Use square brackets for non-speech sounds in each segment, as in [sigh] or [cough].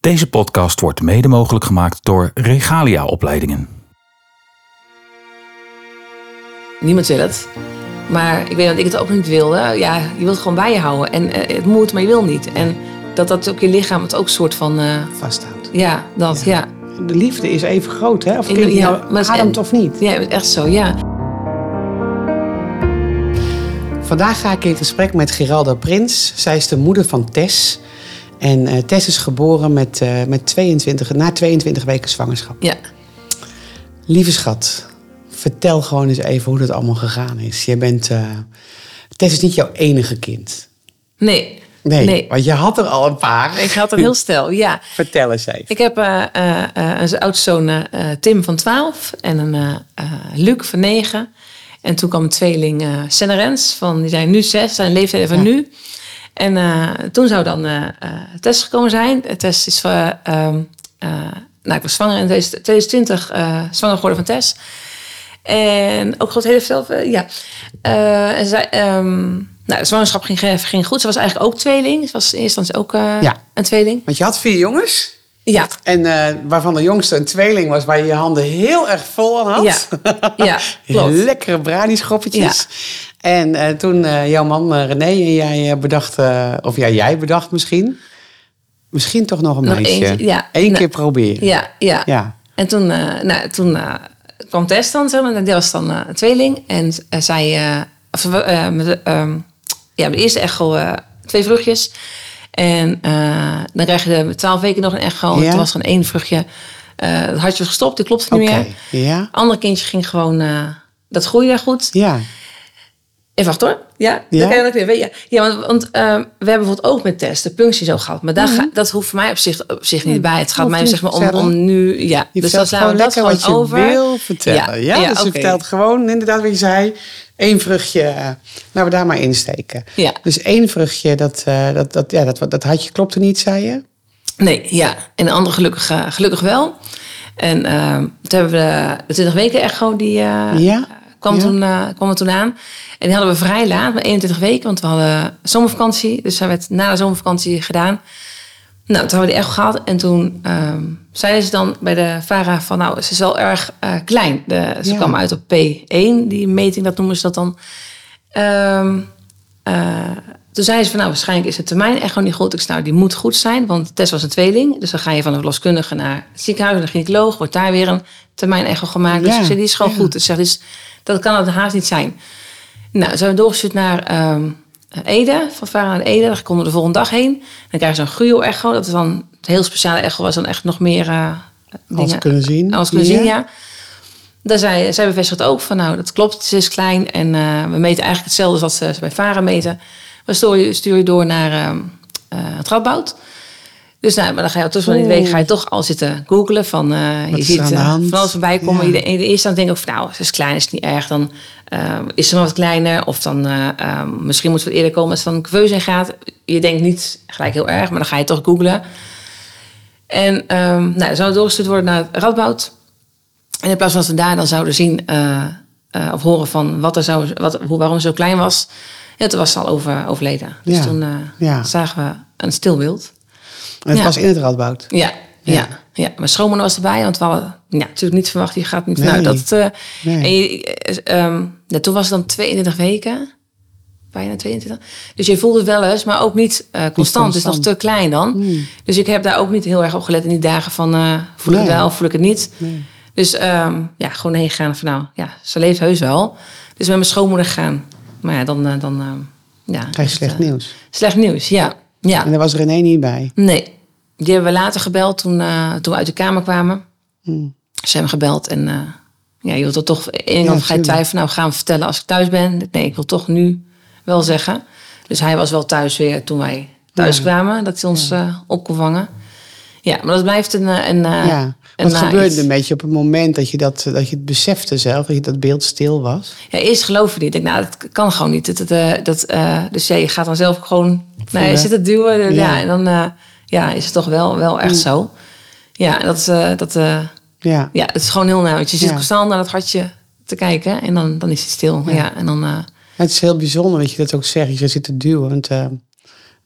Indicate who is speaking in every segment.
Speaker 1: Deze podcast wordt mede mogelijk gemaakt door Regalia Opleidingen.
Speaker 2: Niemand wil het. Maar ik weet dat ik het ook niet wilde. Ja, je wilt het gewoon bij je houden. En eh, het moet, maar je wil niet. En dat dat ook je lichaam het ook soort van... eh,
Speaker 3: vasthoudt.
Speaker 2: ja, dat, ja.
Speaker 3: De liefde is even groot, hè? Of
Speaker 2: Ik-
Speaker 3: kind
Speaker 2: ja,
Speaker 3: nou
Speaker 2: maar-
Speaker 3: ademt of niet.
Speaker 2: Ja, echt zo, ja.
Speaker 3: Vandaag ga ik in gesprek met Geralda Prins. Zij is de moeder van Tess. En eh, Tess is geboren met, eh, met 22, na 22 weken zwangerschap.
Speaker 2: Ja.
Speaker 3: Lieve schat, vertel gewoon eens even hoe dat allemaal gegaan is. Jij bent... eh, Tess is niet jouw enige kind.
Speaker 2: Nee.
Speaker 3: Nee, want je had er al een paar.
Speaker 2: Ik had een heel stel, ja.
Speaker 3: [laughs] Vertel eens even.
Speaker 2: Ik heb eh, eh, eh, een oudzoon eh, Tim van 12 en een eh, eh, Luc van 9. En toen kwam een tweeling eh Senna Rens van, die zijn nu 6, zijn leeftijd van nu. En eh, toen zou dan eh eh, Tess gekomen zijn. Eh, Tess is van, eh, ehm, eh, nou ik was zwanger in 2020, eh, zwanger geworden van Tess. En ook God heeft zelf, eh, ja. Eh, en zij, ehm, nou, de zwangerschap ging, ging goed. Ze was eigenlijk ook tweeling. Ze was in eerste instantie ook eh,
Speaker 3: Ja.
Speaker 2: een tweeling.
Speaker 3: Want je had vier jongens.
Speaker 2: Ja.
Speaker 3: En eh, waarvan de jongste een tweeling was, waar je je handen heel erg vol aan had. [laughs]
Speaker 2: Ja, ja, klopt.
Speaker 3: Lekkere bradischoppertjes. En eh, toen eh, jouw man eh, René en jij eh, bedacht, eh, of ja, jij bedacht misschien, misschien toch nog een
Speaker 2: Nog
Speaker 3: meisje.
Speaker 2: eentje, ja.
Speaker 3: Eén
Speaker 2: Nou,
Speaker 3: keer proberen.
Speaker 2: Ja, ja.
Speaker 3: Ja.
Speaker 2: En toen, eh, nou, toen eh, kwam Tess dan, zeg maar. En die was dan eh, een tweeling. En eh, zij, eh, of, eh, met, de, ehm, ja, met de eerste echo eh, twee vruchtjes. En eh, dan krijg je de twaalf weken nog een echo.
Speaker 3: Ja.
Speaker 2: En toen was er een één vruchtje. eh het hartje was gestopt, die klopte niet
Speaker 3: Oké,
Speaker 2: meer.
Speaker 3: ja.
Speaker 2: Ander kindje ging gewoon, eh, dat groeide goed.
Speaker 3: Ja.
Speaker 2: Even Eh, wacht hoor. Ja,
Speaker 3: Ja?
Speaker 2: dan kan je dat weer. weet je. Ja, want, want ehm, we hebben bijvoorbeeld ook met testen de punctie zo gehad. Maar daar
Speaker 3: Mhm.
Speaker 2: ga- dat hoeft voor mij op zich, op zich niet bij. Het gaat
Speaker 3: hoeft
Speaker 2: mij
Speaker 3: niet
Speaker 2: zeg maar
Speaker 3: te
Speaker 2: om,
Speaker 3: vertellen.
Speaker 2: om nu... Ja,
Speaker 3: Je
Speaker 2: dus dat
Speaker 3: vertelt gewoon
Speaker 2: slaan we dat
Speaker 3: lekker
Speaker 2: gewoon
Speaker 3: wat
Speaker 2: over.
Speaker 3: je wil vertellen. Ja, dus je
Speaker 2: oké.
Speaker 3: vertelt gewoon inderdaad wat je zei. Eén vruchtje, eh, laten we daar maar insteken.
Speaker 2: Ja.
Speaker 3: Dus één vruchtje, dat, eh, dat, dat, ja, dat, dat had je, klopte niet, zei je?
Speaker 2: Nee, ja. En de andere gelukkig, eh, gelukkig wel. En ehm toen hebben we de 20 weken echo, die eh,
Speaker 3: Ja,
Speaker 2: kwam,
Speaker 3: ja.
Speaker 2: Toen, eh, kwam er toen aan. En die hadden we vrij laat, maar 21 weken. Want we hadden zomervakantie. Dus zij werd na de zomervakantie gedaan. Nou, toen hadden we die echo gehad. En toen ehm, zeiden ze dan bij de VARA van... nou, ze is wel erg eh, klein. De, ze
Speaker 3: Ja.
Speaker 2: kwam uit op P1, die meting, dat noemen ze dat dan. Ehm, eh, toen zei ze van, nou, waarschijnlijk is de termijn echt gewoon niet goed. Ik zei, nou, die moet goed zijn, want Tess was een tweeling. Dus dan ga je van een verloskundige naar het ziekenhuis, naar de gynaecoloog. Wordt daar weer een termijn echo gemaakt. Dus
Speaker 3: Ja,
Speaker 2: ik zei, die is gewoon
Speaker 3: ja.
Speaker 2: goed. Dus, zeg, dus dat kan het haast niet zijn. Nou, zijn we doorgestuurd naar ehm, Ede, van Vara en Ede. Daar konden we de volgende dag heen. Dan krijgen ze een gruo-echo. Dat is dan een heel speciale echo, was dan echt nog meer eh dingen.
Speaker 3: kunnen zien.
Speaker 2: Alles kunnen
Speaker 3: Ja.
Speaker 2: zien, ja. Daar zei, zij bevestigt ook van, nou, dat klopt, ze is klein. En eh, we meten eigenlijk hetzelfde als wat ze, ze bij Varen meten. We stuur je, stuur je door naar ehm, eh, het Radboud. Dus nou, maar dan ga je tussen die
Speaker 3: Oeh.
Speaker 2: week ga je toch al zitten googelen. Van, eh,
Speaker 3: Wat
Speaker 2: je
Speaker 3: is
Speaker 2: ziet
Speaker 3: er aan de
Speaker 2: eh,
Speaker 3: hand?
Speaker 2: van alles voorbij komen.
Speaker 3: Ja.
Speaker 2: Je de, de eerste aan denk ik van, nou, ze is klein, is niet erg. Dan eh, is ze maar wat kleiner. Of dan, eh, eh, misschien moet ze wat eerder komen als ze van curveus in gaat. Je denkt niet gelijk heel erg, maar dan ga je toch googelen. En ehm nou, dan zou het doorgestuurd worden naar het Radboud. En in plaats van dat we daar dan zouden zien eh, eh, of horen van wat er zou, wat, hoe, waarom ze zo klein was, ja, toen was ze al over, overleden. Dus
Speaker 3: Ja,
Speaker 2: toen eh,
Speaker 3: ja.
Speaker 2: zagen we een stil wild.
Speaker 3: En het
Speaker 2: Ja.
Speaker 3: was in het Radboud.
Speaker 2: Ja, ja. ja. mijn schoonmoeder was erbij, want we hadden ja, natuurlijk niet verwacht. Je gaat niet
Speaker 3: Nee,
Speaker 2: nou, dat. eh,
Speaker 3: nee.
Speaker 2: en je- eh, ehm, nou, toen was het dan 22 weken, bijna 22. Dus je voelde het wel eens, maar ook niet eh, constant. Het is nog
Speaker 3: constant. Hmm.
Speaker 2: te klein dan. Dus ik heb daar ook niet heel erg op gelet in die dagen van eh, voel ik
Speaker 3: Nee.
Speaker 2: het wel, voel ik het niet. Dus ehm, ja, gewoon heen gaan van nou, ja, ze leeft heus wel. Dus met mijn schoonmoeder gaan. Maar ja, dan, eh, dan ehm, ja.
Speaker 3: Krijg
Speaker 2: is
Speaker 3: je
Speaker 2: het,
Speaker 3: slecht
Speaker 2: eh,
Speaker 3: nieuws.
Speaker 2: Slecht nieuws, ja. ja.
Speaker 3: En daar was René niet bij.
Speaker 2: Nee. Die hebben we later gebeld toen, eh, toen we uit de kamer kwamen. Ze hebben gebeld en eh, ja, je wilt er toch in
Speaker 3: Hmm. Ja,
Speaker 2: of ga je
Speaker 3: tuurlijk.
Speaker 2: twijfelen. Nou, gaan we vertellen als ik thuis ben. Nee, ik wil toch nu wel zeggen. Dus hij was wel thuis weer toen wij thuis
Speaker 3: Ja.
Speaker 2: kwamen. Dat hij ons eh, op kon vangen. Ja, maar dat blijft een... eh, een eh,
Speaker 3: ja.
Speaker 2: een,
Speaker 3: Wat
Speaker 2: eh,
Speaker 3: gebeurde
Speaker 2: iets.
Speaker 3: er met je op het moment dat je, dat, dat je het besefte zelf, dat je dat beeld stil was?
Speaker 2: Ja, eerst geloven die. Ik denk, nou, dat kan gewoon niet. Dat, dat, eh, dat, eh, dus ja, je gaat dan zelf ook gewoon... Nou, je
Speaker 3: Voelen.
Speaker 2: zit het duwen. eh,
Speaker 3: Ja. Mm.
Speaker 2: ja. en dan eh, ja, is het toch wel, wel echt zo. Ja, en dat is... eh, dat, eh,
Speaker 3: Ja.
Speaker 2: Ja, het is gewoon heel nauw. Want je zit
Speaker 3: Ja.
Speaker 2: constant naar dat hartje te kijken en dan, dan is het stil. Ja. en dan, eh,
Speaker 3: Het is heel bijzonder dat je dat ook zegt, dat je zit te duwen. Want eh,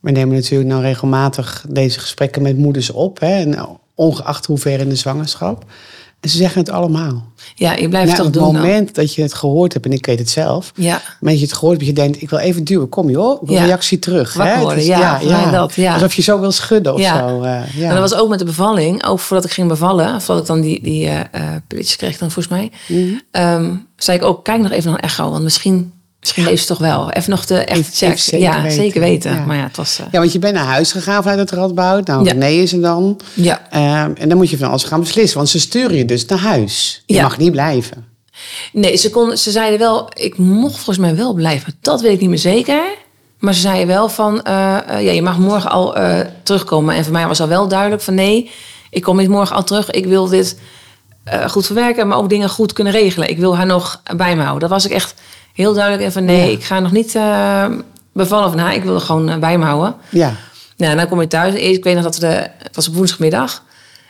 Speaker 3: We nemen natuurlijk nou regelmatig deze gesprekken met moeders op. Hè, en eh, ongeacht hoe ver in de zwangerschap. En ze zeggen het allemaal.
Speaker 2: Ja, je blijft
Speaker 3: Na
Speaker 2: toch
Speaker 3: het
Speaker 2: doen dan.
Speaker 3: moment dat je het gehoord hebt, en ik weet het zelf.
Speaker 2: Ja.
Speaker 3: Maar dat je het gehoord hebt, dat je denkt, ik wil even duwen. Kom joh, ik wil
Speaker 2: Ja.
Speaker 3: reactie terug. hè.
Speaker 2: Wakker
Speaker 3: Het
Speaker 2: worden, ja, voor mij dat, ja.
Speaker 3: Alsof je zo wil schudden of
Speaker 2: Ja.
Speaker 3: zo. eh, ja.
Speaker 2: En dat was ook met de bevalling. Ook voordat ik ging bevallen, voordat ik dan die, die eh, eh, pilletjes kreeg dan volgens mij.
Speaker 3: Mhm.
Speaker 2: ehm, zei ik ook, kijk nog even naar een echo. Want misschien, misschien leeft ze toch wel. Even nog de echt
Speaker 3: Even-
Speaker 2: check.
Speaker 3: even zeker
Speaker 2: ja,
Speaker 3: weten.
Speaker 2: zeker weten.
Speaker 3: Ja.
Speaker 2: Maar ja, het was... eh,
Speaker 3: Ja, want je bent naar huis gegaan vanuit het Radboud. Nou,
Speaker 2: Ja.
Speaker 3: René is er dan.
Speaker 2: ja.
Speaker 3: Ehm, en dan moet je van alles gaan beslissen. Want ze sturen je dus naar huis. Je
Speaker 2: Ja.
Speaker 3: mag niet blijven.
Speaker 2: Nee, ze, kon, ze zeiden wel, ik mocht volgens mij wel blijven. maar Dat weet ik niet meer zeker. Maar ze zeiden wel van, eh, eh, ja, je mag morgen al eh, terugkomen. En voor mij was al wel duidelijk van, nee, ik kom niet morgen al terug. Ik wil dit eh, goed verwerken, maar ook dingen goed kunnen regelen. Ik wil haar nog bij me houden. Dat was ik echt heel duidelijk. En van, nee,
Speaker 3: Ja.
Speaker 2: ik ga nog niet eh, bevallen van haar. Ik wil haar gewoon eh, bij me houden.
Speaker 3: Ja.
Speaker 2: Nou, en dan kom je thuis. Ik weet nog dat we de, het was op woensdagmiddag.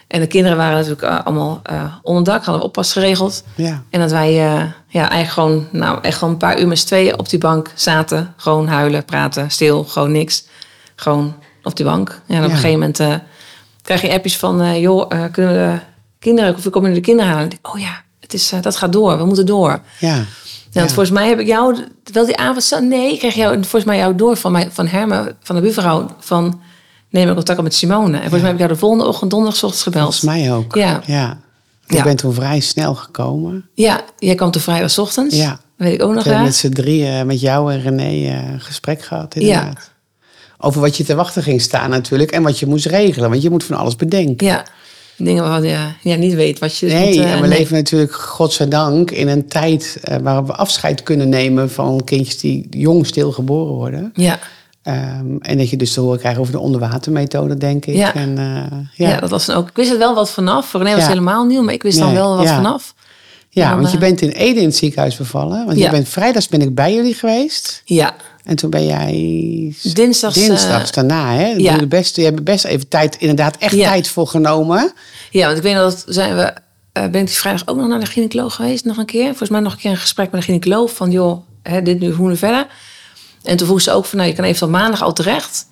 Speaker 2: En de kinderen waren natuurlijk eh, allemaal eh onder dak, hadden oppas geregeld.
Speaker 3: Ja.
Speaker 2: En dat wij eh, ja, eigenlijk gewoon, nou, echt gewoon een paar uur met z'n tweeën op die bank zaten. Gewoon huilen, praten, stil, gewoon niks. Gewoon op die bank. Ja, en op
Speaker 3: Ja.
Speaker 2: een gegeven moment eh, krijg je appjes van... eh, joh, eh, kunnen we de kinderen... of komen we de kinderen halen? En ik denk, oh ja, het is, eh, dat gaat door. We moeten door.
Speaker 3: Ja.
Speaker 2: Nou, want
Speaker 3: Ja.
Speaker 2: volgens mij heb ik jou, wel die avond, zo- nee, ik kreeg jou, volgens mij jou door van, mij, van Herman, van de buurvrouw, van neem ik contact op met Simone. En volgens mij heb ik jou de volgende ochtend, donderdagochtend gebeld.
Speaker 3: Volgens mij ook.
Speaker 2: Ja.
Speaker 3: ja. Je
Speaker 2: Ja.
Speaker 3: bent toen vrij snel gekomen.
Speaker 2: Ja, jij kwam te vrijdagochtend.
Speaker 3: Ja.
Speaker 2: Dat weet ik ook nog
Speaker 3: We hebben
Speaker 2: wel.
Speaker 3: met z'n drieën, met jou en René, eh, een gesprek gehad inderdaad. Over wat je te wachten ging staan natuurlijk. En wat je moest regelen. Want je moet van alles bedenken.
Speaker 2: Ja, dingen waarvan je ja, niet weet wat je... dus
Speaker 3: Nee,
Speaker 2: moet, eh,
Speaker 3: en we
Speaker 2: nee.
Speaker 3: leven natuurlijk, godzijdank, in een tijd eh, waarop we afscheid kunnen nemen van kindjes die jong stilgeboren worden.
Speaker 2: Ja.
Speaker 3: Ehm, en dat je dus te horen krijgt over de onderwatermethode, denk ik.
Speaker 2: Ja.
Speaker 3: En, eh,
Speaker 2: Ja.
Speaker 3: ja. Ja,
Speaker 2: dat was dan ook... Ik wist er wel wat vanaf. Voor René was het
Speaker 3: Ja.
Speaker 2: helemaal nieuw, maar ik wist dan
Speaker 3: Nee,
Speaker 2: wel wat
Speaker 3: ja.
Speaker 2: vanaf. dan,
Speaker 3: want je
Speaker 2: eh,
Speaker 3: bent in Ede in het ziekenhuis bevallen. Want je
Speaker 2: Ja.
Speaker 3: bent, vrijdags ben ik bij jullie geweest.
Speaker 2: Ja,
Speaker 3: En toen ben jij s-
Speaker 2: dinsdags... eh,
Speaker 3: dinsdags daarna. Hè? Ik
Speaker 2: ja.
Speaker 3: bedoel, de beste, je hebt er best even tijd, inderdaad echt
Speaker 2: Ja.
Speaker 3: tijd voor genomen.
Speaker 2: Ja, want ik weet nog dat zijn we. eh, ben ik die vrijdag ook nog naar de gynaecoloog geweest, nog een keer. Volgens mij nog een keer een gesprek met de gynaecoloog van, joh, hè, dit nu, hoe nu verder? En toen vroeg ze ook van, nou, je kan eventueel maandag al terecht.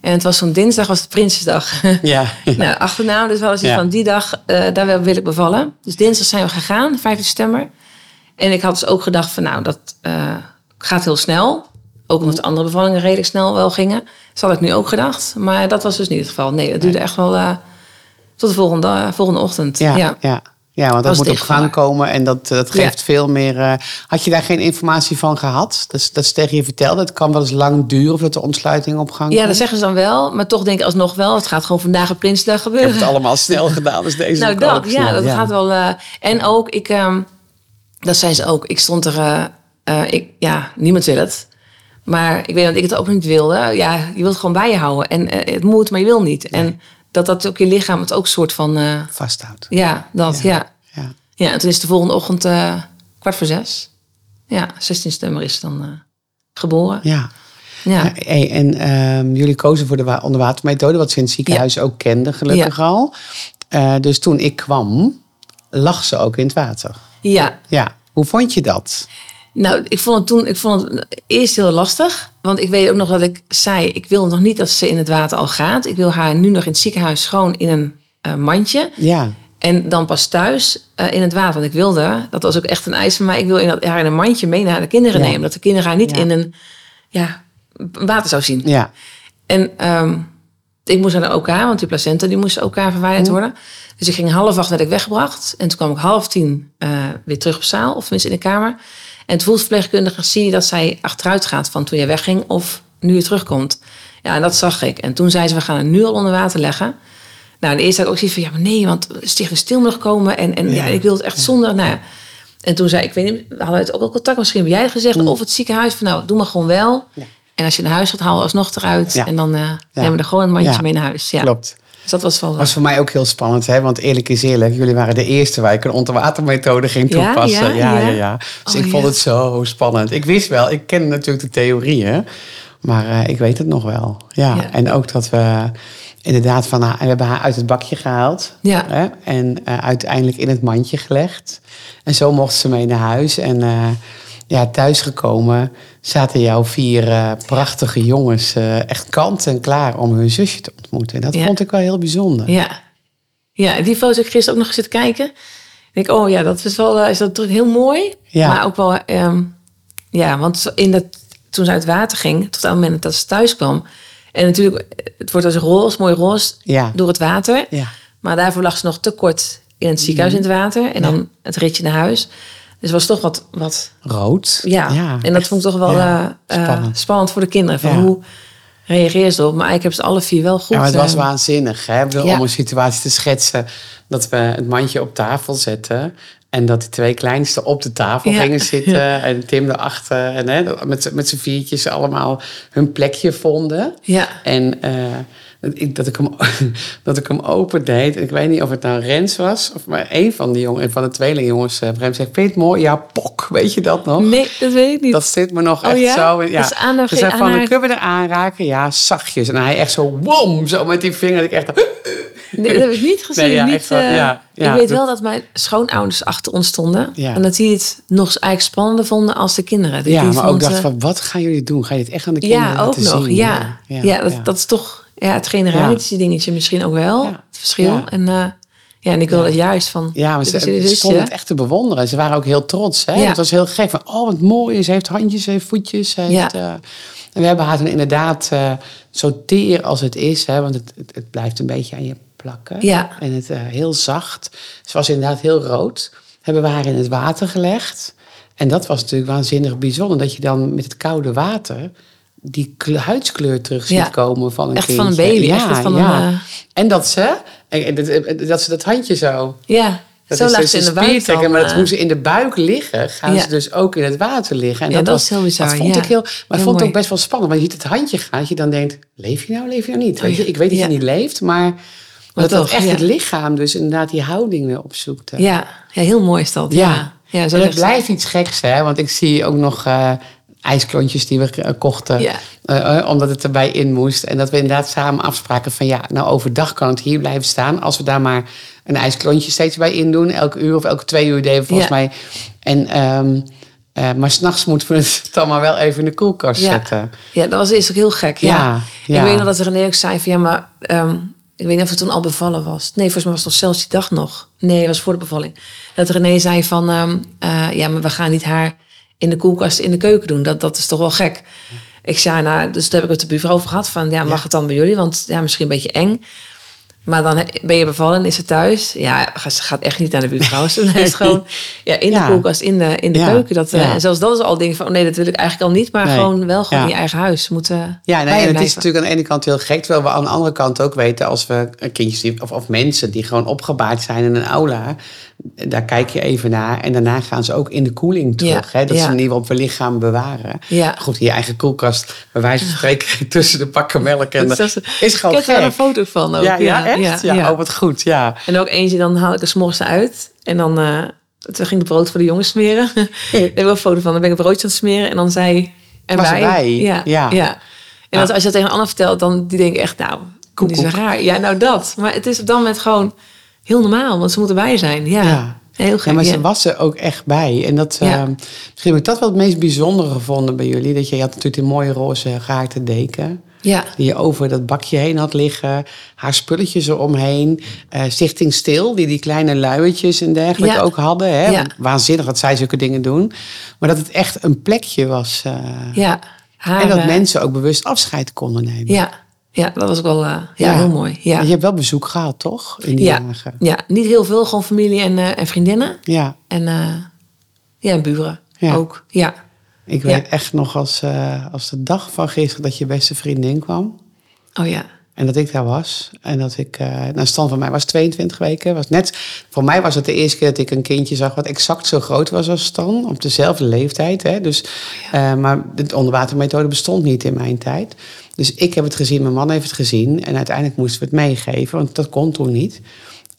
Speaker 2: En het was zo'n dinsdag, was het Prinsjesdag. [laughs]
Speaker 3: Ja.
Speaker 2: nou, achternaam, dus wel eens iets
Speaker 3: Ja.
Speaker 2: van die dag, eh, daar wil- wil ik bevallen. Dus dinsdag zijn we gegaan, 5 december. En ik had dus ook gedacht van, nou, dat eh, gaat heel snel. Ook omdat de
Speaker 3: Mhm.
Speaker 2: andere bevallingen redelijk snel wel gingen. Dus had ik nu ook gedacht. Maar dat was dus niet het geval. Nee, dat duurde echt wel eh, tot de volgende, eh, volgende ochtend.
Speaker 3: Ja, ja.
Speaker 2: ja.
Speaker 3: ja. want dat
Speaker 2: Als
Speaker 3: moet op
Speaker 2: dichtgevallen.
Speaker 3: gang komen en dat, eh, dat geeft
Speaker 2: Ja.
Speaker 3: veel meer. eh, had je daar geen informatie van gehad? Dat, is- dat ze tegen je vertelde. Het kan wel eens lang duren voordat de ontsluiting op gang
Speaker 2: Ja,
Speaker 3: komt.
Speaker 2: dat zeggen ze dan wel. Maar toch denk ik alsnog wel, het gaat gewoon vandaag op Prinsdag
Speaker 3: Ik
Speaker 2: gebeuren.
Speaker 3: heb het allemaal snel gedaan, dus deze
Speaker 2: nou,
Speaker 3: doe ik
Speaker 2: dat,
Speaker 3: ook
Speaker 2: ja,
Speaker 3: snel.
Speaker 2: dat gaat wel. eh, en ook, ik, ehm, dat zijn ze ook. Ik stond er, eh, eh, ik, ja, niemand wil het. Maar ik weet dat ik het ook niet wilde. Ja, je wilt het gewoon bij je houden. En eh, het moet, maar je wil niet. En dat dat ook je lichaam het ook soort van, eh,
Speaker 3: vasthoudt.
Speaker 2: ja, dat, ja. ja.
Speaker 3: Ja.
Speaker 2: en toen is de volgende ochtend eh, kwart voor zes. Ja, 16 september is ze dan eh, geboren.
Speaker 3: ja.
Speaker 2: Ja.
Speaker 3: Ja, hey, en ehm, jullie kozen voor de wa- onderwatermethode, wat ze in het ziekenhuis ook kenden, gelukkig al. Eh, dus toen ik kwam, lag ze ook in het water.
Speaker 2: ja,
Speaker 3: Ja, hoe vond je dat?
Speaker 2: Nou, ik vond het toen, ik vond het eerst heel lastig. Want ik weet ook nog dat ik zei, ik wil nog niet dat ze in het water al gaat. Ik wil haar nu nog in het ziekenhuis gewoon in een eh, mandje.
Speaker 3: Ja,
Speaker 2: En dan pas thuis eh, in het water. Want ik wilde, dat was ook echt een eis van mij, ik wil in dat, haar in een mandje mee naar de kinderen
Speaker 3: Ja.
Speaker 2: nemen. Dat de kinderen haar niet
Speaker 3: Ja.
Speaker 2: in een ja, water zou zien.
Speaker 3: ja,
Speaker 2: En ehm, ik moest naar de OK, want die placenta die moest OK verwijderd worden. Dus ik ging half acht werd ik weggebracht. En toen kwam ik half tien eh, weer terug op zaal, of tenminste in de kamer. En toen voelverpleegkundige zie je dat zij achteruit gaat van toen jij wegging of nu je terugkomt. Ja, en dat zag ik. En toen zei ze, we gaan het nu al onder water leggen. Nou, en eerst had ik ook zoiets van, ja, maar nee, want Stichting Stil moet nog komen. En, en ja. ik wil het echt zonder, nou ja. En toen zei ik, ik weet niet, we hadden het ook al contact, misschien heb jij het gezegd,
Speaker 3: Mm.
Speaker 2: of het ziekenhuis, van nou, doe maar gewoon wel. En als je naar huis gaat, haal alsnog eruit.
Speaker 3: Ja.
Speaker 2: En dan eh, nemen we er gewoon een mandje
Speaker 3: Ja.
Speaker 2: mee naar huis. Ja.
Speaker 3: klopt.
Speaker 2: Dus dat was wel...
Speaker 3: Dat was voor mij ook heel spannend, hè? want eerlijk is eerlijk, jullie waren de eerste waar ik een onderwatermethode ging
Speaker 2: Ja,
Speaker 3: toepassen.
Speaker 2: ja,
Speaker 3: Ja, ja, ja.
Speaker 2: ja.
Speaker 3: Dus
Speaker 2: Oh,
Speaker 3: ik vond
Speaker 2: ja.
Speaker 3: het zo spannend. Ik wist wel, ik ken natuurlijk de theorieën, maar eh, ik weet het nog wel. Ja.
Speaker 2: Ja.
Speaker 3: en ook dat we inderdaad van haar, en we hebben haar uit het bakje gehaald
Speaker 2: Ja.
Speaker 3: hè? en eh, uiteindelijk in het mandje gelegd. En zo mocht ze mee naar huis en... eh, ja, thuisgekomen zaten jouw vier eh, prachtige jongens eh, echt kant en klaar om hun zusje te ontmoeten. En dat
Speaker 2: Ja.
Speaker 3: vond ik wel heel bijzonder.
Speaker 2: eh, Ja. Ja, die foto heb ik gisteren ook nog zitten kijken. Ik denk, oh ja, dat is wel eh, is dat toch heel mooi.
Speaker 3: Ja.
Speaker 2: Maar ook wel, ehm, ja, want in dat, toen ze uit het water ging, tot aan het moment dat ze thuis kwam. En natuurlijk, eh, het wordt als roze, mooi roze,
Speaker 3: Ja.
Speaker 2: door het water.
Speaker 3: Ja.
Speaker 2: Maar daarvoor lag ze nog te kort in het ziekenhuis
Speaker 3: Mhm.
Speaker 2: in het water. En dan het ritje naar huis. Dus het was toch wat, wat
Speaker 3: Rood.
Speaker 2: ja. En dat
Speaker 3: echt,
Speaker 2: vond ik toch wel
Speaker 3: ja,
Speaker 2: eh, eh,
Speaker 3: spannend.
Speaker 2: spannend. voor de kinderen. Van
Speaker 3: Ja.
Speaker 2: hoe reageer ze erop? Maar eigenlijk hebben ze alle vier wel goed.
Speaker 3: Ja, maar het was
Speaker 2: eh,
Speaker 3: waanzinnig hè? Ik bedoel,
Speaker 2: ja.
Speaker 3: om een situatie te schetsen. Dat we het mandje op tafel zetten. En dat die twee kleinsten op de tafel
Speaker 2: Ja. [laughs]
Speaker 3: gingen zitten. En Tim erachter. En hè, dat- met, z'n- met z'n viertjes allemaal hun plekje vonden.
Speaker 2: Ja.
Speaker 3: En eh, dat ik, dat, ik hem, [laughs] dat ik hem open deed. Ik weet niet of het nou Rens was. Of maar een van, die jongen, van de tweelingjongens. eh, Rem zegt, vind je het mooi? Ja, pok. Weet je dat nog?
Speaker 2: Nee, dat weet ik niet.
Speaker 3: Dat zit me nog
Speaker 2: Oh
Speaker 3: echt
Speaker 2: ja?
Speaker 3: zo. in- Ja.
Speaker 2: Dus aan haar-
Speaker 3: Ze zei
Speaker 2: aan
Speaker 3: van,
Speaker 2: haar-
Speaker 3: kunnen we er aanraken? Ja, zachtjes. En hij echt zo, wom, zo met die vinger. Dat ik echt...
Speaker 2: Nee, dat heb ik niet gezien.
Speaker 3: Nee, ja,
Speaker 2: niet,
Speaker 3: echt wel.
Speaker 2: eh,
Speaker 3: Ja, ja.
Speaker 2: ik weet wel dat mijn schoonouders achter ons stonden.
Speaker 3: Ja.
Speaker 2: En dat die het nog eens eigenlijk spannender vonden als de kinderen. Die
Speaker 3: Ja,
Speaker 2: die
Speaker 3: maar ook
Speaker 2: vonden-
Speaker 3: dacht van, wat gaan jullie doen? Ga je dit echt aan de kinderen
Speaker 2: Ja, ook
Speaker 3: laten
Speaker 2: nog.
Speaker 3: zien?
Speaker 2: ja. Ja, dat, dat is toch ja, het generatiedingetje misschien ook wel.
Speaker 3: Ja.
Speaker 2: Het verschil.
Speaker 3: Ja.
Speaker 2: En, eh, ja, en ik wil dat juist van...
Speaker 3: Ja, maar ze,
Speaker 2: dit is je dus,
Speaker 3: ze
Speaker 2: zusje.
Speaker 3: stonden het echt te bewonderen. Ze waren ook heel trots. Hè?
Speaker 2: Ja.
Speaker 3: Het was heel gek. Van, oh, wat mooi. Ze heeft handjes, ze heeft voetjes. Ze
Speaker 2: Ja.
Speaker 3: heeft, eh, en we hebben haar toen inderdaad eh, zo teer als het is. Hè? Want het, het, het blijft een beetje aan je plakken.
Speaker 2: Ja.
Speaker 3: En het eh, heel zacht. Ze was inderdaad heel rood. Hebben we haar in het water gelegd. En dat was natuurlijk waanzinnig bijzonder. Dat je dan met het koude water die kle- huidskleur terug ziet
Speaker 2: Ja.
Speaker 3: komen van een
Speaker 2: Echt van
Speaker 3: kindje.
Speaker 2: een baby, echt van een, eh,
Speaker 3: En dat ze, en- en dat- dat ze dat handje zo
Speaker 2: Ja,
Speaker 3: dat
Speaker 2: zo
Speaker 3: is
Speaker 2: lag
Speaker 3: dus
Speaker 2: ze in
Speaker 3: een
Speaker 2: de buik
Speaker 3: spiertrekker,
Speaker 2: dan,
Speaker 3: maar dat,
Speaker 2: eh,
Speaker 3: hoe ze in de buik liggen, gaan
Speaker 2: ja.
Speaker 3: ze dus ook in het water liggen. En
Speaker 2: Ja, dat is heel bizar,
Speaker 3: Dat vond
Speaker 2: ja.
Speaker 3: ik heel, maar
Speaker 2: Heel
Speaker 3: ik vond het
Speaker 2: mooi.
Speaker 3: ook best wel spannend. Want je ziet het handje gaan, dat je dan denkt, leef je nou, leef je nou niet?
Speaker 2: Oh,
Speaker 3: Weet je,
Speaker 2: ja.
Speaker 3: ik weet dat
Speaker 2: Ja.
Speaker 3: je niet leeft, maar, dat dat
Speaker 2: toch,
Speaker 3: echt
Speaker 2: ja.
Speaker 3: het lichaam dus inderdaad die houding weer opzoekt. hè.
Speaker 2: ja. ja, heel mooi is dat. Ja, ja. zo
Speaker 3: en
Speaker 2: lag
Speaker 3: het
Speaker 2: ze-
Speaker 3: blijft iets geks, hè? Want ik zie ook nog eh, ijsklontjes die we eh, kochten.
Speaker 2: Ja.
Speaker 3: eh, eh, omdat het erbij in moest. En dat we inderdaad samen afspraken van... ja, nou overdag kan het hier blijven staan. Als we daar maar een ijsklontje steeds bij in doen. Elke uur of elke twee uur deden we volgens
Speaker 2: Ja.
Speaker 3: mij. En, ehm, eh, maar s'nachts moeten we het [laughs] dan maar wel even in de koelkast zetten.
Speaker 2: Ja, dat was eerst ook heel gek. Ja.
Speaker 3: Ja, ja.
Speaker 2: Ik weet nog dat René ook zei van ja, maar ehm, ik weet niet of het toen al bevallen was. Nee, volgens mij was het nog zelfs die dag nog. Nee, het was voor de bevalling. Dat René zei van ehm, eh, ja, maar we gaan niet haar in de koelkast in de keuken doen. Dat, dat is toch wel gek. Ik zei nou, dus daar heb ik het de buurvrouw over gehad van ja, mag het dan bij jullie? Want ja, misschien een beetje eng. Maar dan he- ben je bevallen, is ze thuis. Ja, ga- ze gaat echt niet naar de buurvrouw.
Speaker 3: [laughs]
Speaker 2: Ze is gewoon ja, in de
Speaker 3: Ja.
Speaker 2: koelkast, in de, in de
Speaker 3: Ja,
Speaker 2: keuken. Dat, eh,
Speaker 3: ja.
Speaker 2: En zelfs dat is al dingen van, oh nee, dat wil ik eigenlijk al niet. Maar
Speaker 3: Nee.
Speaker 2: gewoon wel gewoon
Speaker 3: Ja.
Speaker 2: je eigen huis moeten
Speaker 3: Ja,
Speaker 2: bij
Speaker 3: nee, en
Speaker 2: je
Speaker 3: het is
Speaker 2: blijven.
Speaker 3: natuurlijk aan de ene kant heel gek. Terwijl we aan de andere kant ook weten, als we kindjes die, of, of mensen die gewoon opgebaard zijn in een aula, daar kijk je even naar. En daarna gaan ze ook in de koeling terug.
Speaker 2: Ja,
Speaker 3: hè, dat
Speaker 2: ja.
Speaker 3: ze in ieder geval op hun lichaam bewaren.
Speaker 2: Ja.
Speaker 3: Goed, in je eigen koelkast, bij wijze van spreken, [laughs] tussen de pakken melk en
Speaker 2: Dus [laughs]
Speaker 3: de,
Speaker 2: dat is-
Speaker 3: is
Speaker 2: Ik
Speaker 3: gewoon
Speaker 2: heb
Speaker 3: gek.
Speaker 2: daar een foto van ook.
Speaker 3: ja, ja, echt? Ja,
Speaker 2: ja.
Speaker 3: oh wat goed, ja.
Speaker 2: En ook eentje, dan haal ik er s'morgens uit. En dan eh, toen ging ik brood voor de jongens smeren. [laughs] Daar heb ik wel een foto van. Dan ben ik een broodje aan het smeren. En dan zei en
Speaker 3: Was
Speaker 2: wij.
Speaker 3: erbij,
Speaker 2: Ja,
Speaker 3: ja.
Speaker 2: ja. En als, als je dat tegen een ander vertelt, dan die denken echt, nou, dit is wel
Speaker 3: Koekoek.
Speaker 2: raar. Ja, nou dat. Maar het is op dat moment gewoon heel normaal. Want ze moeten bij zijn. Ja,
Speaker 3: Ja.
Speaker 2: heel gek.
Speaker 3: Ja, maar
Speaker 2: ja.
Speaker 3: ze was er ook echt bij. En dat,
Speaker 2: Ja.
Speaker 3: ehm, misschien heb ik dat wel het meest bijzondere gevonden bij jullie. Dat je, je had natuurlijk die mooie roze gehaakte deken.
Speaker 2: ja.
Speaker 3: die je over dat bakje heen had liggen. Haar spulletjes eromheen. eh Stichting Stil, die die kleine luiertjes en dergelijke
Speaker 2: Ja.
Speaker 3: ook hadden. Hè?
Speaker 2: Ja.
Speaker 3: Waanzinnig dat zij zulke dingen doen. Maar dat het echt een plekje was. eh,
Speaker 2: ja. Haar,
Speaker 3: en dat
Speaker 2: eh,
Speaker 3: mensen ook bewust afscheid konden nemen.
Speaker 2: Ja, ja dat was ook wel eh, ja, heel mooi. Ja.
Speaker 3: Je hebt wel bezoek gehad, toch? In die
Speaker 2: ja.
Speaker 3: dagen.
Speaker 2: ja, niet heel veel, gewoon familie en, eh, en vriendinnen.
Speaker 3: Ja.
Speaker 2: En, eh, ja, en buren
Speaker 3: Ja.
Speaker 2: ook. Ja.
Speaker 3: Ik
Speaker 2: Ja.
Speaker 3: weet echt nog als, eh, als de dag van gisteren dat je beste vriendin kwam.
Speaker 2: Oh ja.
Speaker 3: En dat ik daar was. En dat ik, eh nou, Stan van mij was 22 weken. Was net, voor mij was het de eerste keer dat ik een kindje zag wat exact zo groot was als Stan. Op dezelfde leeftijd. Hè? Dus, eh, maar de onderwatermethode bestond niet in mijn tijd. Dus ik heb het gezien, mijn man heeft het gezien. En uiteindelijk moesten we het meegeven, want dat kon toen niet.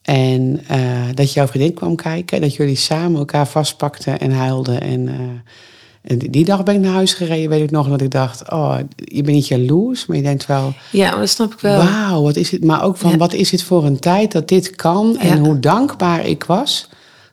Speaker 3: En eh, dat jouw vriendin kwam kijken. Dat jullie samen elkaar vastpakten en huilden. En, eh, en die- die dag ben ik naar huis gereden, weet ik nog. Dat ik dacht, oh, je bent niet jaloers, maar je denkt wel...
Speaker 2: ja, maar dat snap ik wel.
Speaker 3: Wauw, wat is het? Maar ook van
Speaker 2: Ja.
Speaker 3: wat is het voor een tijd dat dit kan en
Speaker 2: Ja.
Speaker 3: hoe dankbaar ik was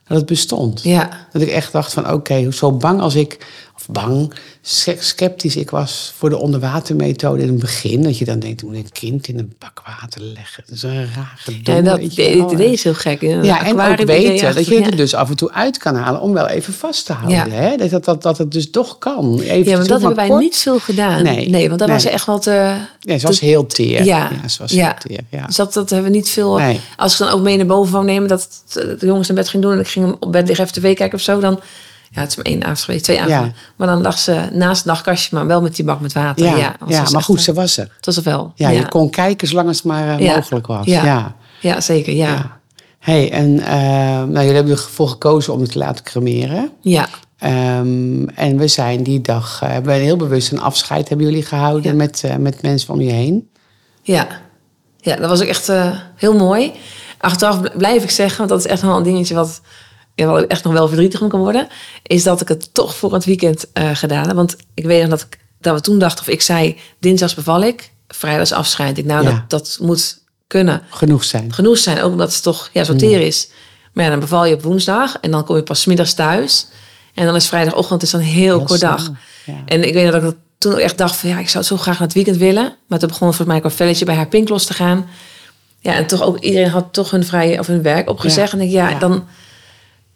Speaker 3: dat het bestond.
Speaker 2: Ja.
Speaker 3: Dat ik echt dacht van oké, zo bang als ik, bang, sche- sceptisch ik was voor de onderwatermethode in het begin. Dat je dan denkt, ik moet een kind in een bak water leggen. Dat is een raar gedoe.
Speaker 2: Ja, dat
Speaker 3: weet je wel.
Speaker 2: idee idee is heel gek. Een
Speaker 3: Ja, en ook
Speaker 2: aquarium idee
Speaker 3: weten dat je het
Speaker 2: achter-
Speaker 3: er dus af en toe uit kan halen om wel even vast te houden.
Speaker 2: Ja.
Speaker 3: Hè? Dat, dat, dat, dat het dus toch kan. Even,
Speaker 2: Ja,
Speaker 3: het
Speaker 2: want
Speaker 3: hoeft
Speaker 2: dat
Speaker 3: maar
Speaker 2: hebben wij
Speaker 3: kort.
Speaker 2: niet veel gedaan.
Speaker 3: Nee,
Speaker 2: Nee, want daar
Speaker 3: nee.
Speaker 2: was ze echt wat... eh,
Speaker 3: Ja, ze was heel teer. ze was heel teer. Ja.
Speaker 2: Dus dat, dat hebben we niet veel...
Speaker 3: Nee.
Speaker 2: Als ik dan ook mee naar boven wou nemen... dat eh, de jongens naar bed ging doen... en ik ging hem op bed liggen even tv kijken of zo... dan... Ja, het is maar één avond geweest, twee avonden.
Speaker 3: Ja.
Speaker 2: Maar dan lag ze naast het nachtkastje... maar wel met die bak met water.
Speaker 3: Ja,
Speaker 2: Ja,
Speaker 3: ja,
Speaker 2: want ze was
Speaker 3: maar
Speaker 2: echt,
Speaker 3: goed,
Speaker 2: eh,
Speaker 3: ze was er.
Speaker 2: Het was er wel.
Speaker 3: Ja, je kon kijken zolang het maar eh,
Speaker 2: Ja.
Speaker 3: mogelijk was.
Speaker 2: Ja.
Speaker 3: ja.
Speaker 2: Ja, zeker, ja. ja.
Speaker 3: Ja. Hey, en eh, nou, jullie hebben ervoor gekozen om het te laten cremeren. Ehm, en we zijn die dag, eh, hebben we heel bewust een afscheid hebben jullie gehouden
Speaker 2: Ja.
Speaker 3: met, eh, met mensen om je heen.
Speaker 2: Ja, ja dat was ook echt eh, heel mooi. Achteraf bl- blijf ik zeggen, want dat is echt nog wel een dingetje wat, ja, wat ik echt nog wel verdrietig om kan worden. Is dat ik het toch voor het weekend eh, gedaan heb. Want ik weet nog dat, ik, dat we toen dachten, of ik zei dinsdags beval ik, vrijdags afscheid ik. Nou,
Speaker 3: Ja.
Speaker 2: dat, dat moet kunnen.
Speaker 3: Genoeg zijn.
Speaker 2: Genoeg zijn, ook omdat het toch ja,
Speaker 3: Mm.
Speaker 2: sorteren is. Maar ja, dan beval je op woensdag en dan kom je pas 's middags thuis. En dan is vrijdagochtend is dan een heel,
Speaker 3: Heel
Speaker 2: kort
Speaker 3: snel,
Speaker 2: dag.
Speaker 3: ja.
Speaker 2: En ik weet nog dat ik dat toen ook echt dacht van ja, ik zou het zo graag naar het weekend willen. Maar toen begon volgens mij ook een velletje bij haar pinklos te gaan. Ja, en toch ook iedereen had toch hun vrije of hun werk opgezegd.
Speaker 3: Ja,
Speaker 2: En ik ja,
Speaker 3: ja.
Speaker 2: dan.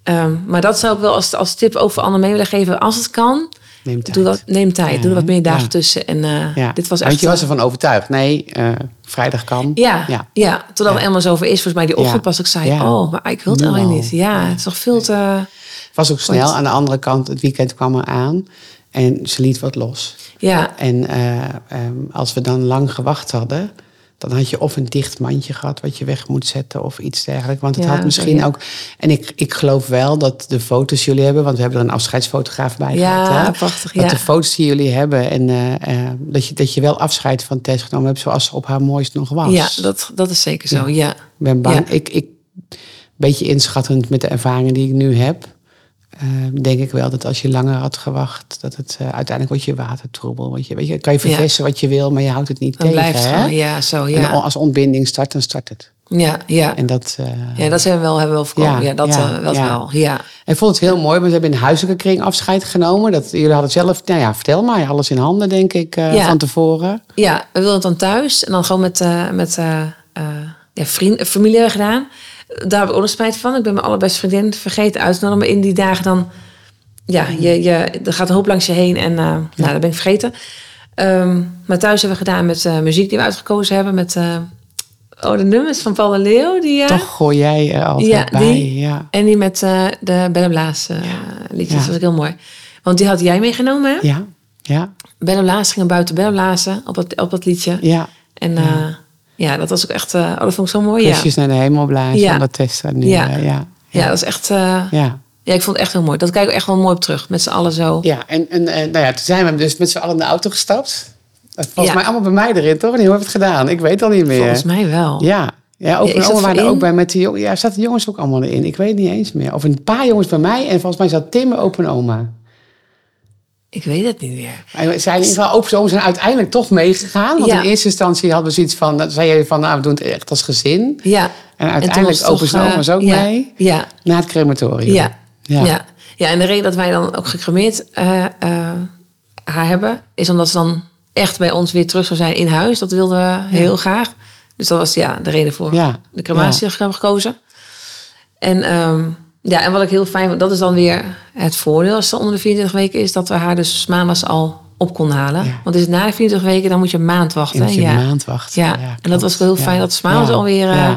Speaker 2: ehm, maar dat zou ik wel als, als tip over anderen mee willen geven. Als het kan,
Speaker 3: Neem tijd.
Speaker 2: doe dat, neem tijd.
Speaker 3: Ja,
Speaker 2: doe er wat meer dagen
Speaker 3: ja.
Speaker 2: tussen. En eh,
Speaker 3: Ja.
Speaker 2: dit was echt.
Speaker 3: Want je was ervan overtuigd. Nee, eh, vrijdag kan.
Speaker 2: Ja,
Speaker 3: ja.
Speaker 2: ja. totdat het helemaal zo over is, volgens mij die ochtend
Speaker 3: Ja.
Speaker 2: pas ik zei,
Speaker 3: Ja. Nou.
Speaker 2: oh, maar ik wil het
Speaker 3: Nu
Speaker 2: alleen
Speaker 3: al.
Speaker 2: niet. Ja, het is nog veel te...
Speaker 3: was ook snel. Aan de andere kant, het weekend kwam eraan. En ze liet wat los.
Speaker 2: Ja,
Speaker 3: En eh, ehm, als we dan lang gewacht hadden, dan had je of een dicht mandje gehad wat je weg moet zetten of iets dergelijks. Want het
Speaker 2: Ja, oh
Speaker 3: had misschien
Speaker 2: ja.
Speaker 3: ook. En ik, ik geloof wel dat de foto's jullie hebben, want we hebben er een afscheidsfotograaf bij
Speaker 2: Ja,
Speaker 3: gehad. hè?
Speaker 2: prachtig,
Speaker 3: Dat
Speaker 2: ja.
Speaker 3: de foto's die jullie hebben en eh, eh, dat, je, dat je wel afscheid van Tess genomen hebt zoals ze op haar mooist nog was.
Speaker 2: ja dat, dat is zeker zo, ja.
Speaker 3: Ik ben bang.
Speaker 2: Ja.
Speaker 3: Ik, ik, beetje inschattend met de ervaringen die ik nu heb. eh, denk ik wel dat als je langer had gewacht, dat het eh, uiteindelijk wordt je watertroebel. Want je, weet je, kan je vervissen wat je wil, maar je houdt het niet
Speaker 2: Dan
Speaker 3: tegen.
Speaker 2: blijft het
Speaker 3: hè?
Speaker 2: gewoon, ja, zo,
Speaker 3: En
Speaker 2: ja.
Speaker 3: als ontbinding start, dan start het.
Speaker 2: Ja, ja.
Speaker 3: En dat. eh,
Speaker 2: Ja, dat zijn we wel, hebben we wel voorkomen.
Speaker 3: Ja,
Speaker 2: Ja, dat,
Speaker 3: ja,
Speaker 2: eh, dat
Speaker 3: ja.
Speaker 2: wel, ja.
Speaker 3: en ik vond het heel mooi, want we hebben in huiselijke kring afscheid genomen. Dat, jullie hadden zelf, nou ja, vertel maar, alles in handen, denk ik, eh,
Speaker 2: Ja.
Speaker 3: van tevoren.
Speaker 2: Ja, we wilden het dan thuis en dan gewoon met, eh, met eh, eh, ja, vriend, eh, familie hebben we gedaan. Daar heb ik ook nog spijt van. Ik ben mijn allerbeste vriendin vergeten uit te nodigen. Maar in die dagen dan, ja,
Speaker 3: Mm.
Speaker 2: je, je, er gaat een hoop langs je heen en eh nou, dat ben ik vergeten. Ehm, maar thuis hebben we gedaan met eh, muziek die we uitgekozen hebben. Met eh, oh, de nummers van Paul de Leeuw. Die, eh,
Speaker 3: Toch gooi jij er altijd
Speaker 2: Ja,
Speaker 3: bij.
Speaker 2: die-
Speaker 3: Ja.
Speaker 2: En die met eh, de Belle Blaas eh, liedjes.
Speaker 3: Ja.
Speaker 2: Dat was ook heel mooi. Want die had jij meegenomen, hè?
Speaker 3: ja, ja,
Speaker 2: Belle Blaas gingen buiten Belle Blazen op dat, op dat liedje.
Speaker 3: ja.
Speaker 2: En ja, ja dat was ook echt... eh, oh, dat vond ik zo mooi. Ja,
Speaker 3: Kusjes naar de hemel blazen,
Speaker 2: Ja.
Speaker 3: dat Tessa nu.
Speaker 2: Ja.
Speaker 3: eh, ja.
Speaker 2: ja dat was echt... eh, ja.
Speaker 3: ja.
Speaker 2: ik vond het echt heel mooi. Dat kijk ik echt wel mooi op terug. Met z'n allen zo.
Speaker 3: Ja, en, en eh, nou ja, toen zijn we dus met z'n allen in de auto gestapt. Dat Volgens
Speaker 2: Ja.
Speaker 3: mij allemaal bij mij erin, toch? En hoe heb het gedaan? Ik weet al niet meer.
Speaker 2: Volgens mij wel.
Speaker 3: Ja. Ja,
Speaker 2: Ja,
Speaker 3: ook
Speaker 2: ik
Speaker 3: mijn
Speaker 2: zat
Speaker 3: oma waren er
Speaker 2: voorin.
Speaker 3: ook bij met de jongens. Ja, zaten de jongens ook allemaal in. Ik weet niet eens meer. Of een paar jongens bij mij. En volgens mij zat Tim ook een oma.
Speaker 2: Ik weet het niet meer.
Speaker 3: En Zijn in ieder geval ook zo'n zijn uiteindelijk toch meegegaan. Want
Speaker 2: Ja.
Speaker 3: in eerste instantie hadden we zoiets van... Dan zei je van, nou, we doen het echt als gezin.
Speaker 2: Ja.
Speaker 3: En
Speaker 2: toen was
Speaker 3: uiteindelijk
Speaker 2: het
Speaker 3: opens
Speaker 2: toch,
Speaker 3: en
Speaker 2: eh,
Speaker 3: oma's ook
Speaker 2: ja,
Speaker 3: mee.
Speaker 2: Ja,
Speaker 3: Na het crematorium.
Speaker 2: ja,
Speaker 3: Ja.
Speaker 2: ja. ja. en de reden dat wij dan ook gecremeerd eh, eh, haar hebben... is omdat ze dan echt bij ons weer terug zou zijn in huis. Dat wilden we heel graag. Dus dat was ja, de reden voor
Speaker 3: Ja.
Speaker 2: de crematie die we hebben gekozen. En, ehm, ja, en wat ik heel fijn vond, dat is dan weer het voordeel als ze onder de 24 weken is, dat we haar dus maandags al op konden halen.
Speaker 3: Ja.
Speaker 2: Want is het na de 24 weken, dan moet je een maand
Speaker 3: En
Speaker 2: wachten.
Speaker 3: dat je
Speaker 2: ja.
Speaker 3: een maand wacht.
Speaker 2: Ja. en dat was ook heel fijn dat ze maandags alweer eh,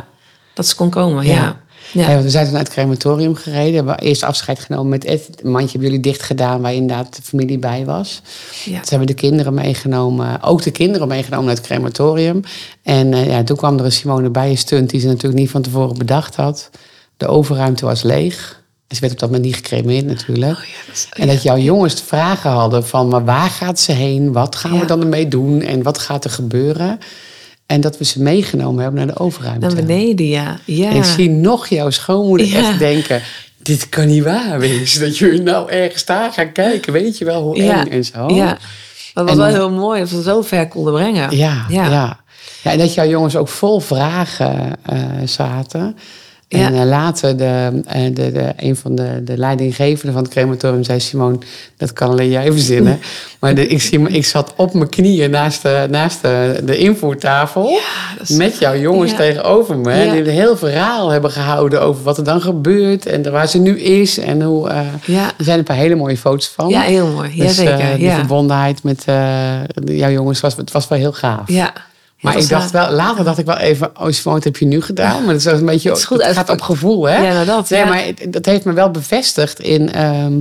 Speaker 2: dat ze kon komen. Ja.
Speaker 3: Ja.
Speaker 2: Ja.
Speaker 3: Ja. want we zijn toen naar het crematorium gereden. Hebben we eerst afscheid genomen met Ed. Een mandje hebben jullie dicht gedaan waar inderdaad de familie bij was.
Speaker 2: Ja.
Speaker 3: Toen hebben we de kinderen meegenomen. Ook de kinderen meegenomen naar het crematorium. En eh, ja, toen kwam er een Simone bij een stunt die ze natuurlijk niet van tevoren bedacht had. De overruimte was leeg. En ze werd op dat moment niet gecremeerd natuurlijk.
Speaker 2: Oh ja, dat is-
Speaker 3: en dat jouw jongens de vragen hadden van... maar waar gaat ze heen? Wat gaan we
Speaker 2: Ja.
Speaker 3: dan ermee doen? En wat gaat er gebeuren? En dat we ze meegenomen hebben naar de overruimte.
Speaker 2: Naar beneden, ja. ja.
Speaker 3: En ik zie nog jouw schoonmoeder
Speaker 2: Ja.
Speaker 3: echt denken... dit kan niet waar wezen, dat jullie nou ergens daar gaan kijken. Weet je wel hoe eng
Speaker 2: ja.
Speaker 3: en zo?
Speaker 2: Ja. Maar dat was
Speaker 3: En-
Speaker 2: wel heel mooi dat we het zo ver konden brengen.
Speaker 3: Ja, ja.
Speaker 2: ja.
Speaker 3: ja. en dat jouw jongens ook vol vragen eh, zaten.
Speaker 2: Ja.
Speaker 3: En eh, later, de, eh, de, de, een van de, de leidinggevenden van het crematorium zei... Simone, dat kan alleen jij
Speaker 2: [laughs]
Speaker 3: verzinnen. maar de, ik, zie me- ik zat op mijn knieën naast de, naast de, de invoertafel...
Speaker 2: dat is-
Speaker 3: met jouw jongens
Speaker 2: Ja.
Speaker 3: tegenover me.
Speaker 2: Ja.
Speaker 3: En die een heel verhaal hebben gehouden over wat er dan gebeurt... en waar ze nu is. En hoe, eh,
Speaker 2: Ja.
Speaker 3: er zijn een paar hele mooie foto's van.
Speaker 2: Ja, heel mooi.
Speaker 3: Dus
Speaker 2: Jazeker.
Speaker 3: eh, die
Speaker 2: ja.
Speaker 3: verbondenheid met eh, jouw jongens was, het was wel heel gaaf.
Speaker 2: ja.
Speaker 3: Maar
Speaker 2: Dat
Speaker 3: ik
Speaker 2: was,
Speaker 3: dacht
Speaker 2: eh,
Speaker 3: wel, later dacht ik wel even, oh Simone, wat heb je nu gedaan? Maar dat is wel een beetje,
Speaker 2: Het
Speaker 3: het,
Speaker 2: is goed
Speaker 3: gaat
Speaker 2: uitgepakt.
Speaker 3: op gevoel, hè?
Speaker 2: Ja, nou dat.
Speaker 3: nee,
Speaker 2: ja.
Speaker 3: maar het- dat heeft me wel bevestigd in, ehm,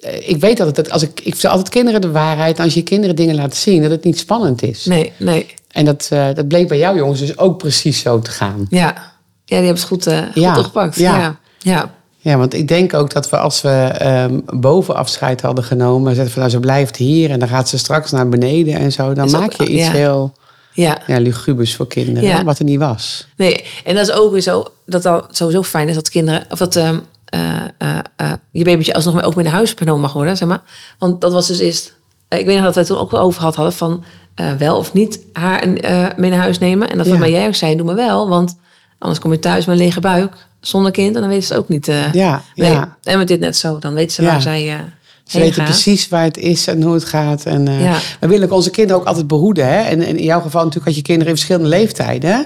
Speaker 3: eh, ik weet dat het, dat als ik, ik vertel altijd kinderen de waarheid, als je kinderen dingen laat zien, dat het niet spannend is.
Speaker 2: Nee, nee.
Speaker 3: En dat, eh, dat bleek bij jou jongens dus ook precies zo te gaan.
Speaker 2: Ja. Ja, die hebben het goed, eh,
Speaker 3: Ja.
Speaker 2: goed opgepakt.
Speaker 3: Ja.
Speaker 2: Ja. Ja.
Speaker 3: Ja, want ik denk ook dat we als we ehm, boven afscheid hadden genomen, zetten van nou ze blijft hier en dan gaat ze straks naar beneden en zo, dan
Speaker 2: Is dat-
Speaker 3: maak je iets
Speaker 2: ja.
Speaker 3: heel
Speaker 2: ja.
Speaker 3: ja, lugubers voor kinderen,
Speaker 2: Ja.
Speaker 3: wat er niet was.
Speaker 2: Nee, en dat is ook weer zo, dat al sowieso fijn is dat kinderen, of dat ehm, eh, eh, eh, je babytje alsnog mee, ook mee naar huis genomen mag worden, zeg maar. Want dat was dus eerst, eh, ik weet nog dat wij toen ook wel over gehad hadden van eh, wel of niet haar eh, mee naar huis nemen. En dat
Speaker 3: Ja.
Speaker 2: van mij jij ook zei, doe maar wel, want anders kom je thuis met een lege buik, zonder kind, en dan weten ze het ook niet. eh,
Speaker 3: Ja,
Speaker 2: nee.
Speaker 3: ja.
Speaker 2: En met dit net zo, dan weten ze
Speaker 3: Ja.
Speaker 2: waar zij eh
Speaker 3: Ze
Speaker 2: heen
Speaker 3: weten
Speaker 2: gaan.
Speaker 3: precies waar het is en hoe het gaat. En, eh,
Speaker 2: Ja.
Speaker 3: We willen onze kinderen ook altijd behoeden. Hè? En, en in jouw geval natuurlijk had je kinderen in verschillende leeftijden. hè?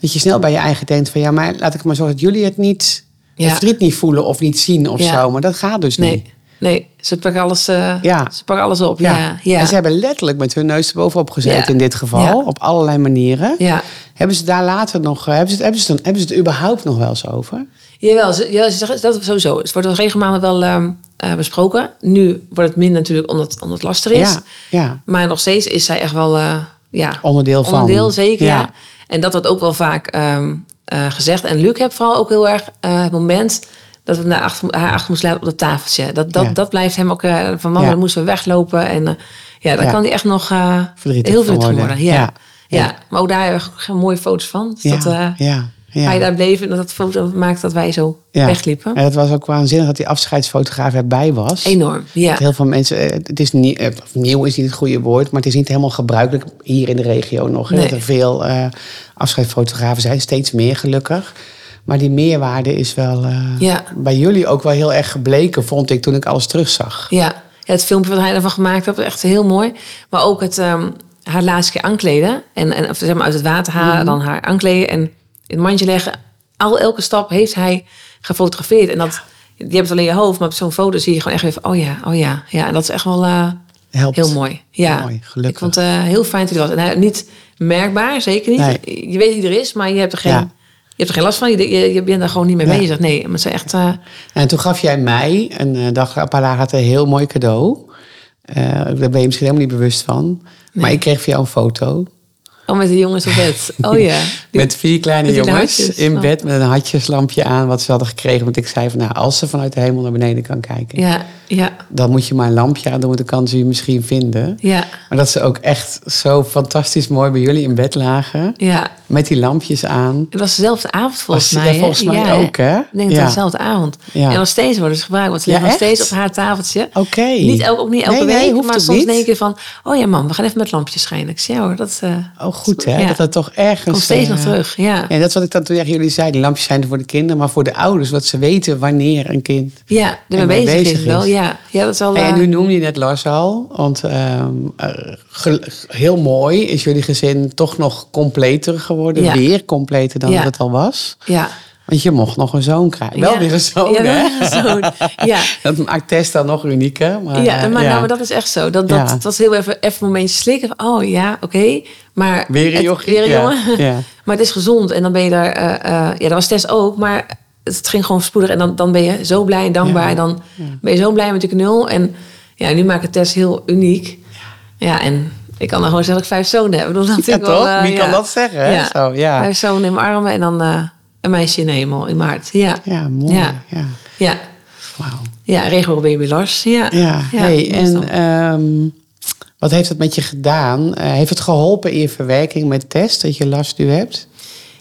Speaker 3: Dat je snel bij je eigen denkt van... ja, maar laat ik maar zorgen dat jullie het niet...
Speaker 2: Ja.
Speaker 3: het verdriet niet voelen of niet zien of
Speaker 2: Ja.
Speaker 3: zo. Maar dat gaat dus niet.
Speaker 2: Nee, nee, ze pakken alles, eh,
Speaker 3: Ja.
Speaker 2: ze pakken alles op. Ja, ja,
Speaker 3: En ze hebben letterlijk met hun neus erbovenop gezeten
Speaker 2: Ja.
Speaker 3: in dit geval.
Speaker 2: Ja.
Speaker 3: Op allerlei manieren.
Speaker 2: ja.
Speaker 3: Hebben ze daar later nog... eh, Hebben ze, het, hebben, ze het, hebben ze het überhaupt nog wel eens over?
Speaker 2: Jawel, ze- ja, ze zeggen- dat sowieso. Het wordt wel regelmatig wel ehm, eh, besproken. Nu wordt het minder natuurlijk omdat, omdat het lastig is.
Speaker 3: Ja, ja.
Speaker 2: Maar nog steeds is zij echt wel eh, ja,
Speaker 3: Onderdeel van.
Speaker 2: onderdeel, zeker. Ja.
Speaker 3: Ja.
Speaker 2: En dat wordt ook wel vaak ehm, eh, gezegd. En Luc heeft vooral ook heel erg eh, het moment dat we naar achter, haar achter moest laten op dat tafeltje. Dat, dat,
Speaker 3: Ja.
Speaker 2: dat blijft hem ook eh, van mama,
Speaker 3: Ja.
Speaker 2: dan moesten we weglopen. En eh, ja, dan
Speaker 3: Ja.
Speaker 2: kan hij echt nog eh,
Speaker 3: Verdrietig
Speaker 2: heel
Speaker 3: van
Speaker 2: verdrietig worden.
Speaker 3: worden.
Speaker 2: Ja. Ja.
Speaker 3: Ja.
Speaker 2: maar ook daar hebben we geen mooie foto's van. Dus
Speaker 3: Ja,
Speaker 2: dat, eh,
Speaker 3: ja, ja.
Speaker 2: hij daar bleef en dat dat foto maakt dat wij zo
Speaker 3: Ja.
Speaker 2: wegliepen.
Speaker 3: En dat was ook waanzinnig dat die afscheidsfotograaf erbij was.
Speaker 2: Enorm, ja.
Speaker 3: Heel veel mensen, eh, het is nie- eh, nieuw is niet het goede woord, maar het is niet helemaal gebruikelijk hier in de regio nog. hè,
Speaker 2: Nee.
Speaker 3: Dat er veel eh afscheidsfotografen zijn, steeds meer gelukkig. Maar die meerwaarde is wel eh,
Speaker 2: Ja.
Speaker 3: bij jullie ook wel heel erg gebleken, vond ik toen ik alles terugzag.
Speaker 2: Ja. Ja, het filmpje wat hij ervan gemaakt heeft, echt heel mooi. Maar ook het, ehm, haar laatste keer aankleden. En, en of, zeg maar, uit het water halen,
Speaker 3: Mhm.
Speaker 2: dan haar aankleden en in het mandje leggen. Al elke stap heeft hij gefotografeerd. En dat, je hebt het alleen in je hoofd, maar op zo'n foto zie je gewoon echt even, oh ja, oh ja. Ja, en dat is echt wel eh,
Speaker 3: Helpt.
Speaker 2: heel mooi. Ja,
Speaker 3: Mooi, gelukkig.
Speaker 2: Ik vond het eh, heel fijn dat hij er was. En hij, niet merkbaar, zeker niet.
Speaker 3: Nee.
Speaker 2: Je weet wie er is, maar je hebt er geen,
Speaker 3: Ja.
Speaker 2: je hebt er geen last van. Je, je, je bent daar gewoon niet mee
Speaker 3: Nee.
Speaker 2: bezig. Nee, maar het zijn echt... eh,
Speaker 3: En toen gaf jij mij een eh, dag, een paar dagen later, een heel mooi cadeau. Eh, daar ben je misschien helemaal niet bewust van. Maar ik kreeg van jou een foto.
Speaker 2: Oh, met de jongens
Speaker 3: [laughs]
Speaker 2: op bed. Oh ja. Die-
Speaker 3: Met vier kleine
Speaker 2: met die
Speaker 3: jongens
Speaker 2: hartjes.
Speaker 3: in
Speaker 2: Oh.
Speaker 3: bed met een hartjeslampje aan, wat ze hadden gekregen. Want ik zei van nou, als ze vanuit de hemel naar beneden kan kijken,
Speaker 2: Ja, ja,
Speaker 3: dan moet je maar een lampje aan doen, want dan kan ze je misschien vinden.
Speaker 2: ja,
Speaker 3: Maar dat ze ook echt zo fantastisch mooi bij jullie in bed lagen,
Speaker 2: ja.
Speaker 3: met die lampjes aan.
Speaker 2: Het was dezelfde avond volgens
Speaker 3: Was-
Speaker 2: mij.
Speaker 3: ja,
Speaker 2: hè?
Speaker 3: volgens mij ook, hè?
Speaker 2: Ik denk dat
Speaker 3: Ja.
Speaker 2: het dezelfde avond.
Speaker 3: Ja.
Speaker 2: En nog steeds worden ze gebruikt, want ze
Speaker 3: Ja,
Speaker 2: liggen nog
Speaker 3: echt?
Speaker 2: steeds op haar tafeltje.
Speaker 3: Oké.
Speaker 2: Niet elke, ook niet elke
Speaker 3: Nee, nee,
Speaker 2: week,
Speaker 3: hoeft
Speaker 2: maar
Speaker 3: ook
Speaker 2: soms
Speaker 3: niet.
Speaker 2: denk je van... Oh ja, mam, we gaan even met lampjes schijnen. Ik zie ja, hoor, dat eh,
Speaker 3: Oh, goed hè,
Speaker 2: Ja.
Speaker 3: dat dat toch ergens...
Speaker 2: komt steeds
Speaker 3: eh,
Speaker 2: nog terug. Ja,
Speaker 3: Ja, dat is wat ik dan toen tegen jullie zei. Die lampjes zijn er voor de kinderen, maar voor de ouders. Wat ze weten wanneer een kind
Speaker 2: ja
Speaker 3: En
Speaker 2: daarmee
Speaker 3: mee
Speaker 2: bezig,
Speaker 3: bezig
Speaker 2: is wel.
Speaker 3: is.
Speaker 2: Ja. ja, dat is wel...
Speaker 3: En
Speaker 2: eh,
Speaker 3: nu noemde je net Lars al, want ehm, eh, gel- heel mooi is jullie gezin toch nog completer geworden.
Speaker 2: Ja.
Speaker 3: Weer completer dan
Speaker 2: Ja.
Speaker 3: dat het al was.
Speaker 2: ja.
Speaker 3: Want je mocht nog een zoon krijgen. Wel
Speaker 2: Ja.
Speaker 3: weer een zoon,
Speaker 2: Ja, wel
Speaker 3: hè?
Speaker 2: weer
Speaker 3: [laughs]
Speaker 2: een zoon. Ja.
Speaker 3: Dat maakt Tess dan nog unieker. Maar,
Speaker 2: ja,
Speaker 3: eh,
Speaker 2: maar, Nou, maar dat is echt zo. Dat, dat,
Speaker 3: Ja.
Speaker 2: Het was heel even, even een momentje slikken. van, Oh ja, oké. Maar
Speaker 3: Weer een
Speaker 2: het-
Speaker 3: jochie,
Speaker 2: weer een
Speaker 3: ja,
Speaker 2: jongen.
Speaker 3: ja.
Speaker 2: [laughs] Maar het is gezond. En dan ben je daar... eh, eh, ja, dat was Tess ook. Maar het ging gewoon spoedig. En dan, dan ben je zo blij en dankbaar.
Speaker 3: Ja,
Speaker 2: En dan ben je zo blij met de knul. En ja, nu maakt het Tess heel uniek. Ja, en ik kan dan gewoon zeggen dat ik vijf zonen heb. Ik bedoel, dat
Speaker 3: Ja,
Speaker 2: vind ik wel,
Speaker 3: toch?
Speaker 2: eh,
Speaker 3: Wie kan dat zeggen, hè? Zo, ja.
Speaker 2: Vijf zonen in mijn armen en dan eh, een meisje in de hemel, in mijn hart. Ja,
Speaker 3: Ja, mooi. Ja.
Speaker 2: Ja. ja.
Speaker 3: Wauw.
Speaker 2: ja regenboogbaby Lars. Ja,
Speaker 3: Ja, hey,
Speaker 2: dat is dan-
Speaker 3: en ehm, wat heeft het met je gedaan? Eh, heeft het geholpen in je verwerking met Tess, dat je Lars nu hebt?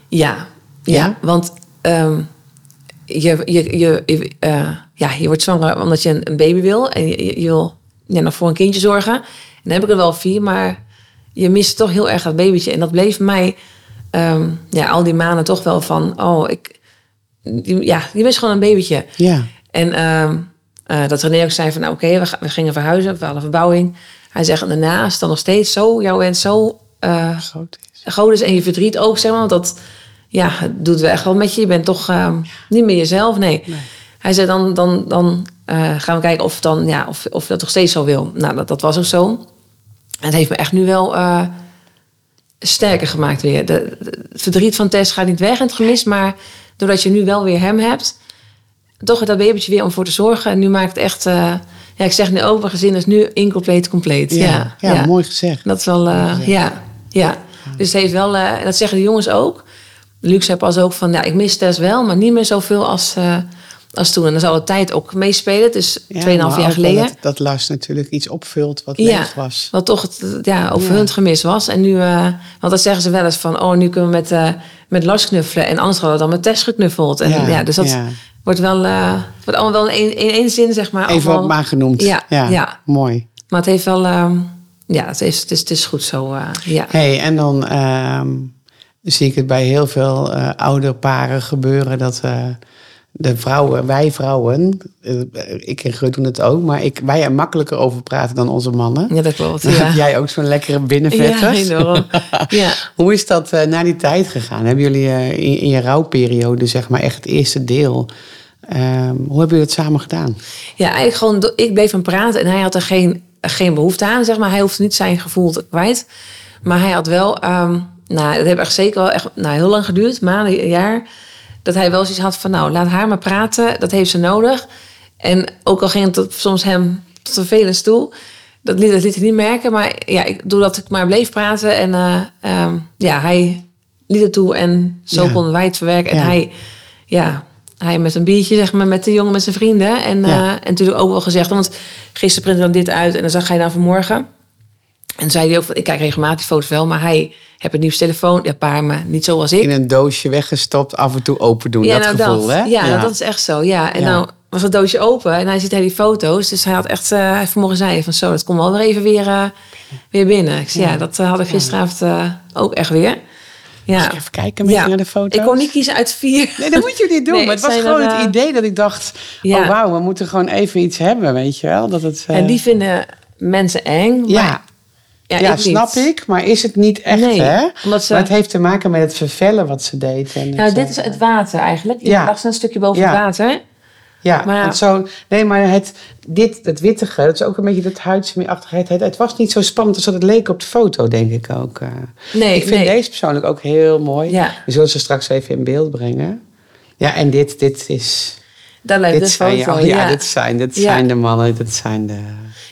Speaker 2: Ja, ja.
Speaker 3: Ja?
Speaker 2: want ehm, je, je, je, je, eh, ja, je wordt zwanger omdat je een, een baby wil. En je, je- je wil ja, nog voor een kindje zorgen. En dan heb ik er wel vier, maar je mist toch heel erg dat babytje. En dat bleef mij ehm, ja, al die maanden toch wel van... Oh, ik, die- ja, die was gewoon een babytje.
Speaker 3: Ja.
Speaker 2: En ehm, eh, dat René ook zei van, nou oké, we, ga- we gingen verhuizen, we hadden verbouwing. Hij zegt, en daarna is het dan nog steeds zo, jouw wens zo eh,
Speaker 3: Groot is.
Speaker 2: groot is en je verdriet ook, zeg maar. Want dat ja, het doet wel echt wel met je. Je bent toch ehm, niet meer jezelf, nee. Hij zei, dan, dan, dan eh, gaan we kijken of, dan, ja, of, of je dat nog steeds zo wil. Nou, dat, dat was ook zo. En het heeft me echt nu wel eh, sterker gemaakt weer. De, de- het verdriet van Tess gaat niet weg en het gemis. Maar doordat je nu wel weer hem hebt... toch dat babytje weer om voor te zorgen. En nu maakt het echt... eh, ja, ik zeg nu ook, mijn gezin is nu incompleet compleet.
Speaker 3: Ja, ja,
Speaker 2: ja, ja.
Speaker 3: mooi gezegd.
Speaker 2: Dat is wel, eh, ja, ja. Dus het heeft wel, eh, en dat zeggen de jongens ook. Luc zei pas ook van, ja, ik mis Tess wel, maar niet meer zoveel als, eh, als toen. En dan zal de tijd ook meespelen. Het is
Speaker 3: Ja,
Speaker 2: 2,5
Speaker 3: maar
Speaker 2: jaar
Speaker 3: ook wel
Speaker 2: geleden.
Speaker 3: Dat, dat Lars natuurlijk iets opvult wat leeg was.
Speaker 2: Wat toch het, ja,
Speaker 3: Ja.
Speaker 2: overhunt gemis was. En nu, eh, want dat zeggen ze wel eens van, oh, nu kunnen we met, eh, met Lars knuffelen. En anders hadden we dan met Tess geknuffeld. En,
Speaker 3: Ja,
Speaker 2: ja, dus dat
Speaker 3: ja.
Speaker 2: wordt wel, eh, wordt allemaal wel in één- in één zin, zeg maar.
Speaker 3: Even
Speaker 2: allemaal-
Speaker 3: wat maar genoemd.
Speaker 2: Ja, ja.
Speaker 3: Mooi.
Speaker 2: Maar het heeft wel, ehm, ja, het is, het is, het is goed zo, eh, ja.
Speaker 3: Hey, en dan ehm, zie ik het bij heel veel eh ouderparen gebeuren dat eh, de vrouwen, wij vrouwen, eh, ik en Geurt doen het ook, maar ik, wij er makkelijker over praten dan onze mannen.
Speaker 2: Ja, dat klopt.
Speaker 3: [laughs] Dan
Speaker 2: Ja.
Speaker 3: heb jij ook zo'n lekkere
Speaker 2: Ja,
Speaker 3: binnenvetter.
Speaker 2: enorm.
Speaker 3: [laughs]
Speaker 2: ja.
Speaker 3: Hoe is dat eh na die tijd gegaan? Hebben jullie eh, in, in je rouwperiode, zeg maar, echt het eerste deel, ehm, hoe hebben jullie het samen gedaan?
Speaker 2: ja, eigenlijk gewoon, do- ik bleef hem praten en hij had er geen, geen behoefte aan, zeg maar. Hij hoefde niet zijn gevoel te- kwijt. Maar hij had wel, ehm, nou, dat heeft echt zeker wel echt, nou, heel lang geduurd, maanden, een jaar. Dat hij wel zoiets had van, nou, laat haar maar praten, dat heeft ze nodig. En ook al ging het tot- soms hem tot vervelend toe, dat liet, dat liet hij niet merken. Maar ja, ik, doordat ik maar bleef praten en eh, ehm, ja, hij liet het toe en zo
Speaker 3: Ja.
Speaker 2: konden wij het verwerken. En
Speaker 3: Ja.
Speaker 2: hij ja, hij met een biertje, zeg maar, met de jongen, met zijn vrienden. En, eh,
Speaker 3: Ja.
Speaker 2: en natuurlijk ook wel gezegd, want gisteren printte dan dit uit en dan zag hij dan vanmorgen. En zei hij ook, van, ik kijk regelmatig foto's wel, maar hij heeft een nieuwe telefoon. Ja, paar, maar niet zoals ik.
Speaker 3: In een doosje weggestopt, af en toe open doen, dat
Speaker 2: nou,
Speaker 3: gevoel,
Speaker 2: dat.
Speaker 3: hè?
Speaker 2: Ja, nou, dat is echt zo. Ja, en
Speaker 3: Ja.
Speaker 2: nou was het doosje open en hij ziet hij die foto's. Dus hij had echt, eh, hij vanmorgen zei hij van zo, dat komt wel weer even weer, eh, weer binnen. Ik zei, ja. dat eh, had ik gisteravond eh, ook echt weer. Ja.
Speaker 3: Mag ik even kijken met je naar de foto's?
Speaker 2: Ik kon niet kiezen uit vier.
Speaker 3: Nee, dat moet je niet doen.
Speaker 2: Nee,
Speaker 3: maar het
Speaker 2: het
Speaker 3: was
Speaker 2: zijn
Speaker 3: gewoon
Speaker 2: er,
Speaker 3: het
Speaker 2: eh,
Speaker 3: idee dat ik dacht...
Speaker 2: Ja.
Speaker 3: oh wauw, we moeten gewoon even iets hebben, weet je wel? Dat het, eh,
Speaker 2: En die vinden mensen eng. maar-
Speaker 3: ja,
Speaker 2: ja,
Speaker 3: ja,
Speaker 2: ik niet.
Speaker 3: snap ik. Maar is het niet echt,
Speaker 2: Nee,
Speaker 3: hè?
Speaker 2: omdat ze-
Speaker 3: Maar het heeft te maken met het vervellen wat ze deed. En
Speaker 2: Nou,
Speaker 3: het,
Speaker 2: dit
Speaker 3: eh,
Speaker 2: is het water eigenlijk. Je
Speaker 3: Ja.
Speaker 2: lag een stukje boven
Speaker 3: Ja.
Speaker 2: het water.
Speaker 3: Ja,
Speaker 2: maar ja.
Speaker 3: want zo... Nee, maar het, dit, het wittige, dat is ook een beetje dat huidsmeerachtigheid. Het, het was niet zo spannend als dat het leek op de foto, denk ik ook. eh.
Speaker 2: Nee,
Speaker 3: ik vind
Speaker 2: nee.
Speaker 3: deze persoonlijk ook heel mooi.
Speaker 2: Ja.
Speaker 3: We zullen ze straks even in beeld brengen. Ja, en dit, dit is...
Speaker 2: Daar lijkt
Speaker 3: Dit
Speaker 2: de
Speaker 3: zijn, oh
Speaker 2: foto.
Speaker 3: ja,
Speaker 2: ja.
Speaker 3: dit zijn, dit
Speaker 2: Ja.
Speaker 3: zijn de mannen, dit zijn de...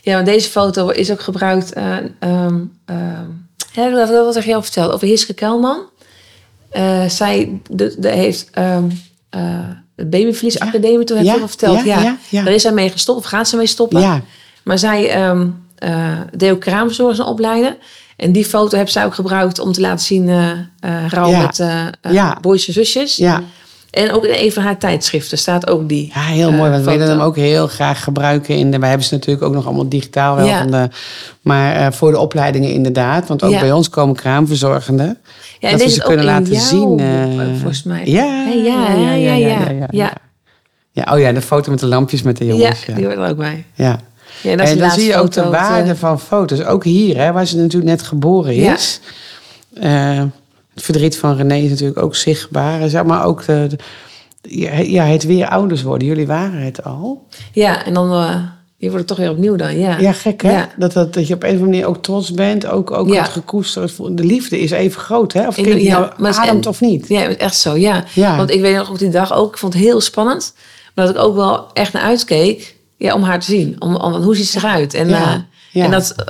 Speaker 2: Ja, want deze foto is ook gebruikt. eh ehm ehm ja, dat dat wat ik jou verteld over Hiske Kelman. Eh, zij de, de heeft ehm eh het Babyverlies Academie toen heb ik
Speaker 3: Ja,
Speaker 2: al verteld.
Speaker 3: ja,
Speaker 2: Ja,
Speaker 3: ja, ja.
Speaker 2: Daar is zij mee gestopt of gaat ze mee stoppen.
Speaker 3: Ja.
Speaker 2: Maar zij ehm eh deed ook kraamverzorgers opleiden. En die foto heb zij ook gebruikt om te laten zien eh eh rouw
Speaker 3: Ja.
Speaker 2: met eh eh,
Speaker 3: Ja.
Speaker 2: boys en zusjes.
Speaker 3: Ja,
Speaker 2: En ook in een van haar tijdschriften staat ook die.
Speaker 3: ja heel
Speaker 2: eh,
Speaker 3: mooi. Want we
Speaker 2: foto.
Speaker 3: willen hem ook heel graag gebruiken. In de, wij hebben ze natuurlijk ook nog allemaal digitaal. Wel
Speaker 2: Ja.
Speaker 3: van de, maar eh, voor de opleidingen inderdaad. Want ook
Speaker 2: Ja.
Speaker 3: bij ons komen kraamverzorgenden.
Speaker 2: Ja,
Speaker 3: dat
Speaker 2: deze
Speaker 3: we
Speaker 2: is
Speaker 3: ze
Speaker 2: ook
Speaker 3: kunnen
Speaker 2: in
Speaker 3: laten
Speaker 2: jouw
Speaker 3: zien.
Speaker 2: boek,
Speaker 3: eh,
Speaker 2: eh, volgens mij.
Speaker 3: Ja,
Speaker 2: Hey, ja, ja, ja, ja, ja.
Speaker 3: Ja, oh ja, de foto met de lampjes met de jongens.
Speaker 2: Ja,
Speaker 3: Ja,
Speaker 2: die
Speaker 3: ja.
Speaker 2: hoort er ook bij. Ja, dat is de
Speaker 3: en dan
Speaker 2: laatste
Speaker 3: zie je ook
Speaker 2: foto,
Speaker 3: de
Speaker 2: het, eh,
Speaker 3: waarde van foto's. Ook hier, hè, waar ze natuurlijk net geboren
Speaker 2: Ja.
Speaker 3: is. Eh, het verdriet van René is natuurlijk ook zichtbaar. En Zeg maar ook de, de- ja, het weer ouders worden. Jullie waren het al.
Speaker 2: Ja, en dan eh je wordt het toch weer opnieuw dan. Ja,
Speaker 3: Ja, gek hè?
Speaker 2: Ja.
Speaker 3: Dat, dat, dat je op een of andere manier ook trots bent. Ook, ook
Speaker 2: Ja.
Speaker 3: het gekoesterd. voelt. De liefde is even groot hè? Of
Speaker 2: Ik-
Speaker 3: kind
Speaker 2: ja,
Speaker 3: nou
Speaker 2: maar het is-
Speaker 3: ademt of niet.
Speaker 2: Ja, echt zo, ja.
Speaker 3: Ja.
Speaker 2: Want ik weet nog ook die dag ook, ik vond het heel spannend. Maar dat ik ook wel echt naar uitkeek ja, om haar te zien. Om, om, hoe ziet ze eruit? En,
Speaker 3: Ja,
Speaker 2: eh,
Speaker 3: ja.
Speaker 2: en dat, eh,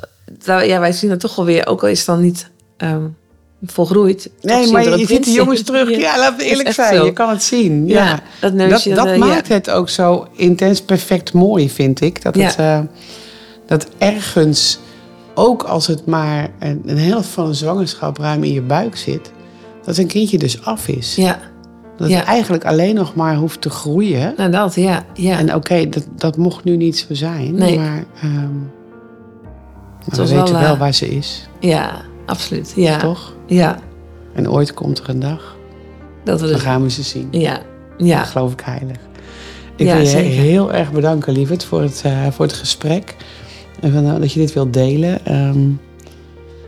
Speaker 2: daar- ja, wij zien dat toch wel weer, ook al is het dan niet ehm, volgroeid. toch zie
Speaker 3: Nee,
Speaker 2: je
Speaker 3: maar
Speaker 2: dat het
Speaker 3: je, ziet
Speaker 2: kind
Speaker 3: de
Speaker 2: is. [laughs]
Speaker 3: jongens terug. Ja, laten we
Speaker 2: is
Speaker 3: eerlijk
Speaker 2: echt
Speaker 3: zijn.
Speaker 2: zo.
Speaker 3: Je kan het zien. Ja,
Speaker 2: Ja, dat
Speaker 3: dat,
Speaker 2: neusje,
Speaker 3: dat
Speaker 2: dat, eh,
Speaker 3: maakt
Speaker 2: ja.
Speaker 3: het ook zo intens perfect mooi, vind ik. Dat, het, eh, dat ergens, ook als het maar een, een helft van een zwangerschap ruim in je buik zit... dat een kindje dus af is.
Speaker 2: Ja,
Speaker 3: dat
Speaker 2: ja.
Speaker 3: het eigenlijk alleen nog maar hoeft te groeien...
Speaker 2: nou dat, ja. ja.
Speaker 3: En oké, dat, dat mocht nu niet zo zijn,
Speaker 2: Nee.
Speaker 3: maar ehm, we
Speaker 2: was
Speaker 3: weten wel,
Speaker 2: wel, eh,
Speaker 3: waar ze is,
Speaker 2: Ja, absoluut. Ja.
Speaker 3: toch?
Speaker 2: Ja,
Speaker 3: En ooit komt er een dag,
Speaker 2: dat we
Speaker 3: dan
Speaker 2: dus.
Speaker 3: gaan we ze zien.
Speaker 2: Ja, Ja.
Speaker 3: Dat geloof ik heilig. Ik
Speaker 2: Ja,
Speaker 3: wil je
Speaker 2: zeker.
Speaker 3: heel erg bedanken, lieverd, voor het, eh, voor het gesprek. En van, nou, dat je dit wilt delen. Ehm,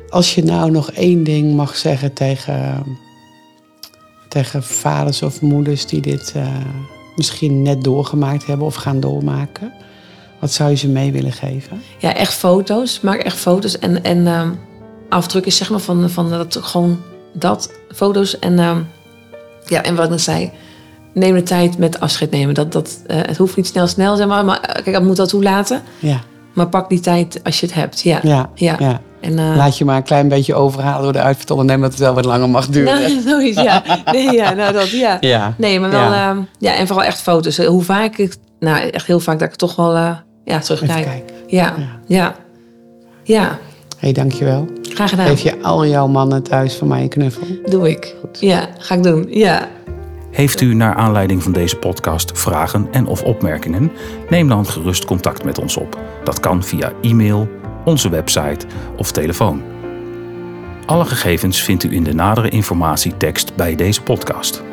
Speaker 3: als je nou nog één ding mag zeggen tegen, tegen vaders of moeders die dit eh, misschien net doorgemaakt hebben of gaan doormaken. Wat zou je ze mee willen geven?
Speaker 2: Ja, echt foto's. Maak echt foto's. En, en ehm, afdrukjes, zeg maar, van, van dat gewoon dat. Foto's. En, ehm, ja, en wat ik net zei. Neem de tijd met afscheid nemen. Dat, dat, eh, het hoeft niet snel, snel, zeg maar. maar eh, kijk, dat moet dat toelaten.
Speaker 3: Ja,
Speaker 2: Maar pak die tijd als je het hebt. Ja.
Speaker 3: ja, ja.
Speaker 2: Ja. En, eh,
Speaker 3: Laat je maar een klein beetje overhalen door de uitvertondernemer dat het wel wat langer mag duren.
Speaker 2: nou, [laughs] zoiets, ja. Nee, ja, nou dat, ja.
Speaker 3: Ja.
Speaker 2: Nee, maar wel, eh,
Speaker 3: Ja.
Speaker 2: ja. ja, en vooral echt foto's. Hoe vaak ik, nou echt heel vaak dat ik toch wel, eh, ja,
Speaker 3: Even
Speaker 2: terugkijk.
Speaker 3: kijken.
Speaker 2: Ja,
Speaker 3: Ja.
Speaker 2: ja, ja.
Speaker 3: Hé, hey, dankjewel.
Speaker 2: graag gedaan.
Speaker 3: Geef je al jouw mannen thuis van mij een knuffel?
Speaker 2: Doe ik. Ja, ga ik doen. Ja.
Speaker 1: Heeft u naar aanleiding van deze podcast vragen en of opmerkingen? Neem dan gerust contact met ons op. Dat kan via e-mail, onze website of telefoon. Alle gegevens vindt u in de nadere informatietekst bij deze podcast.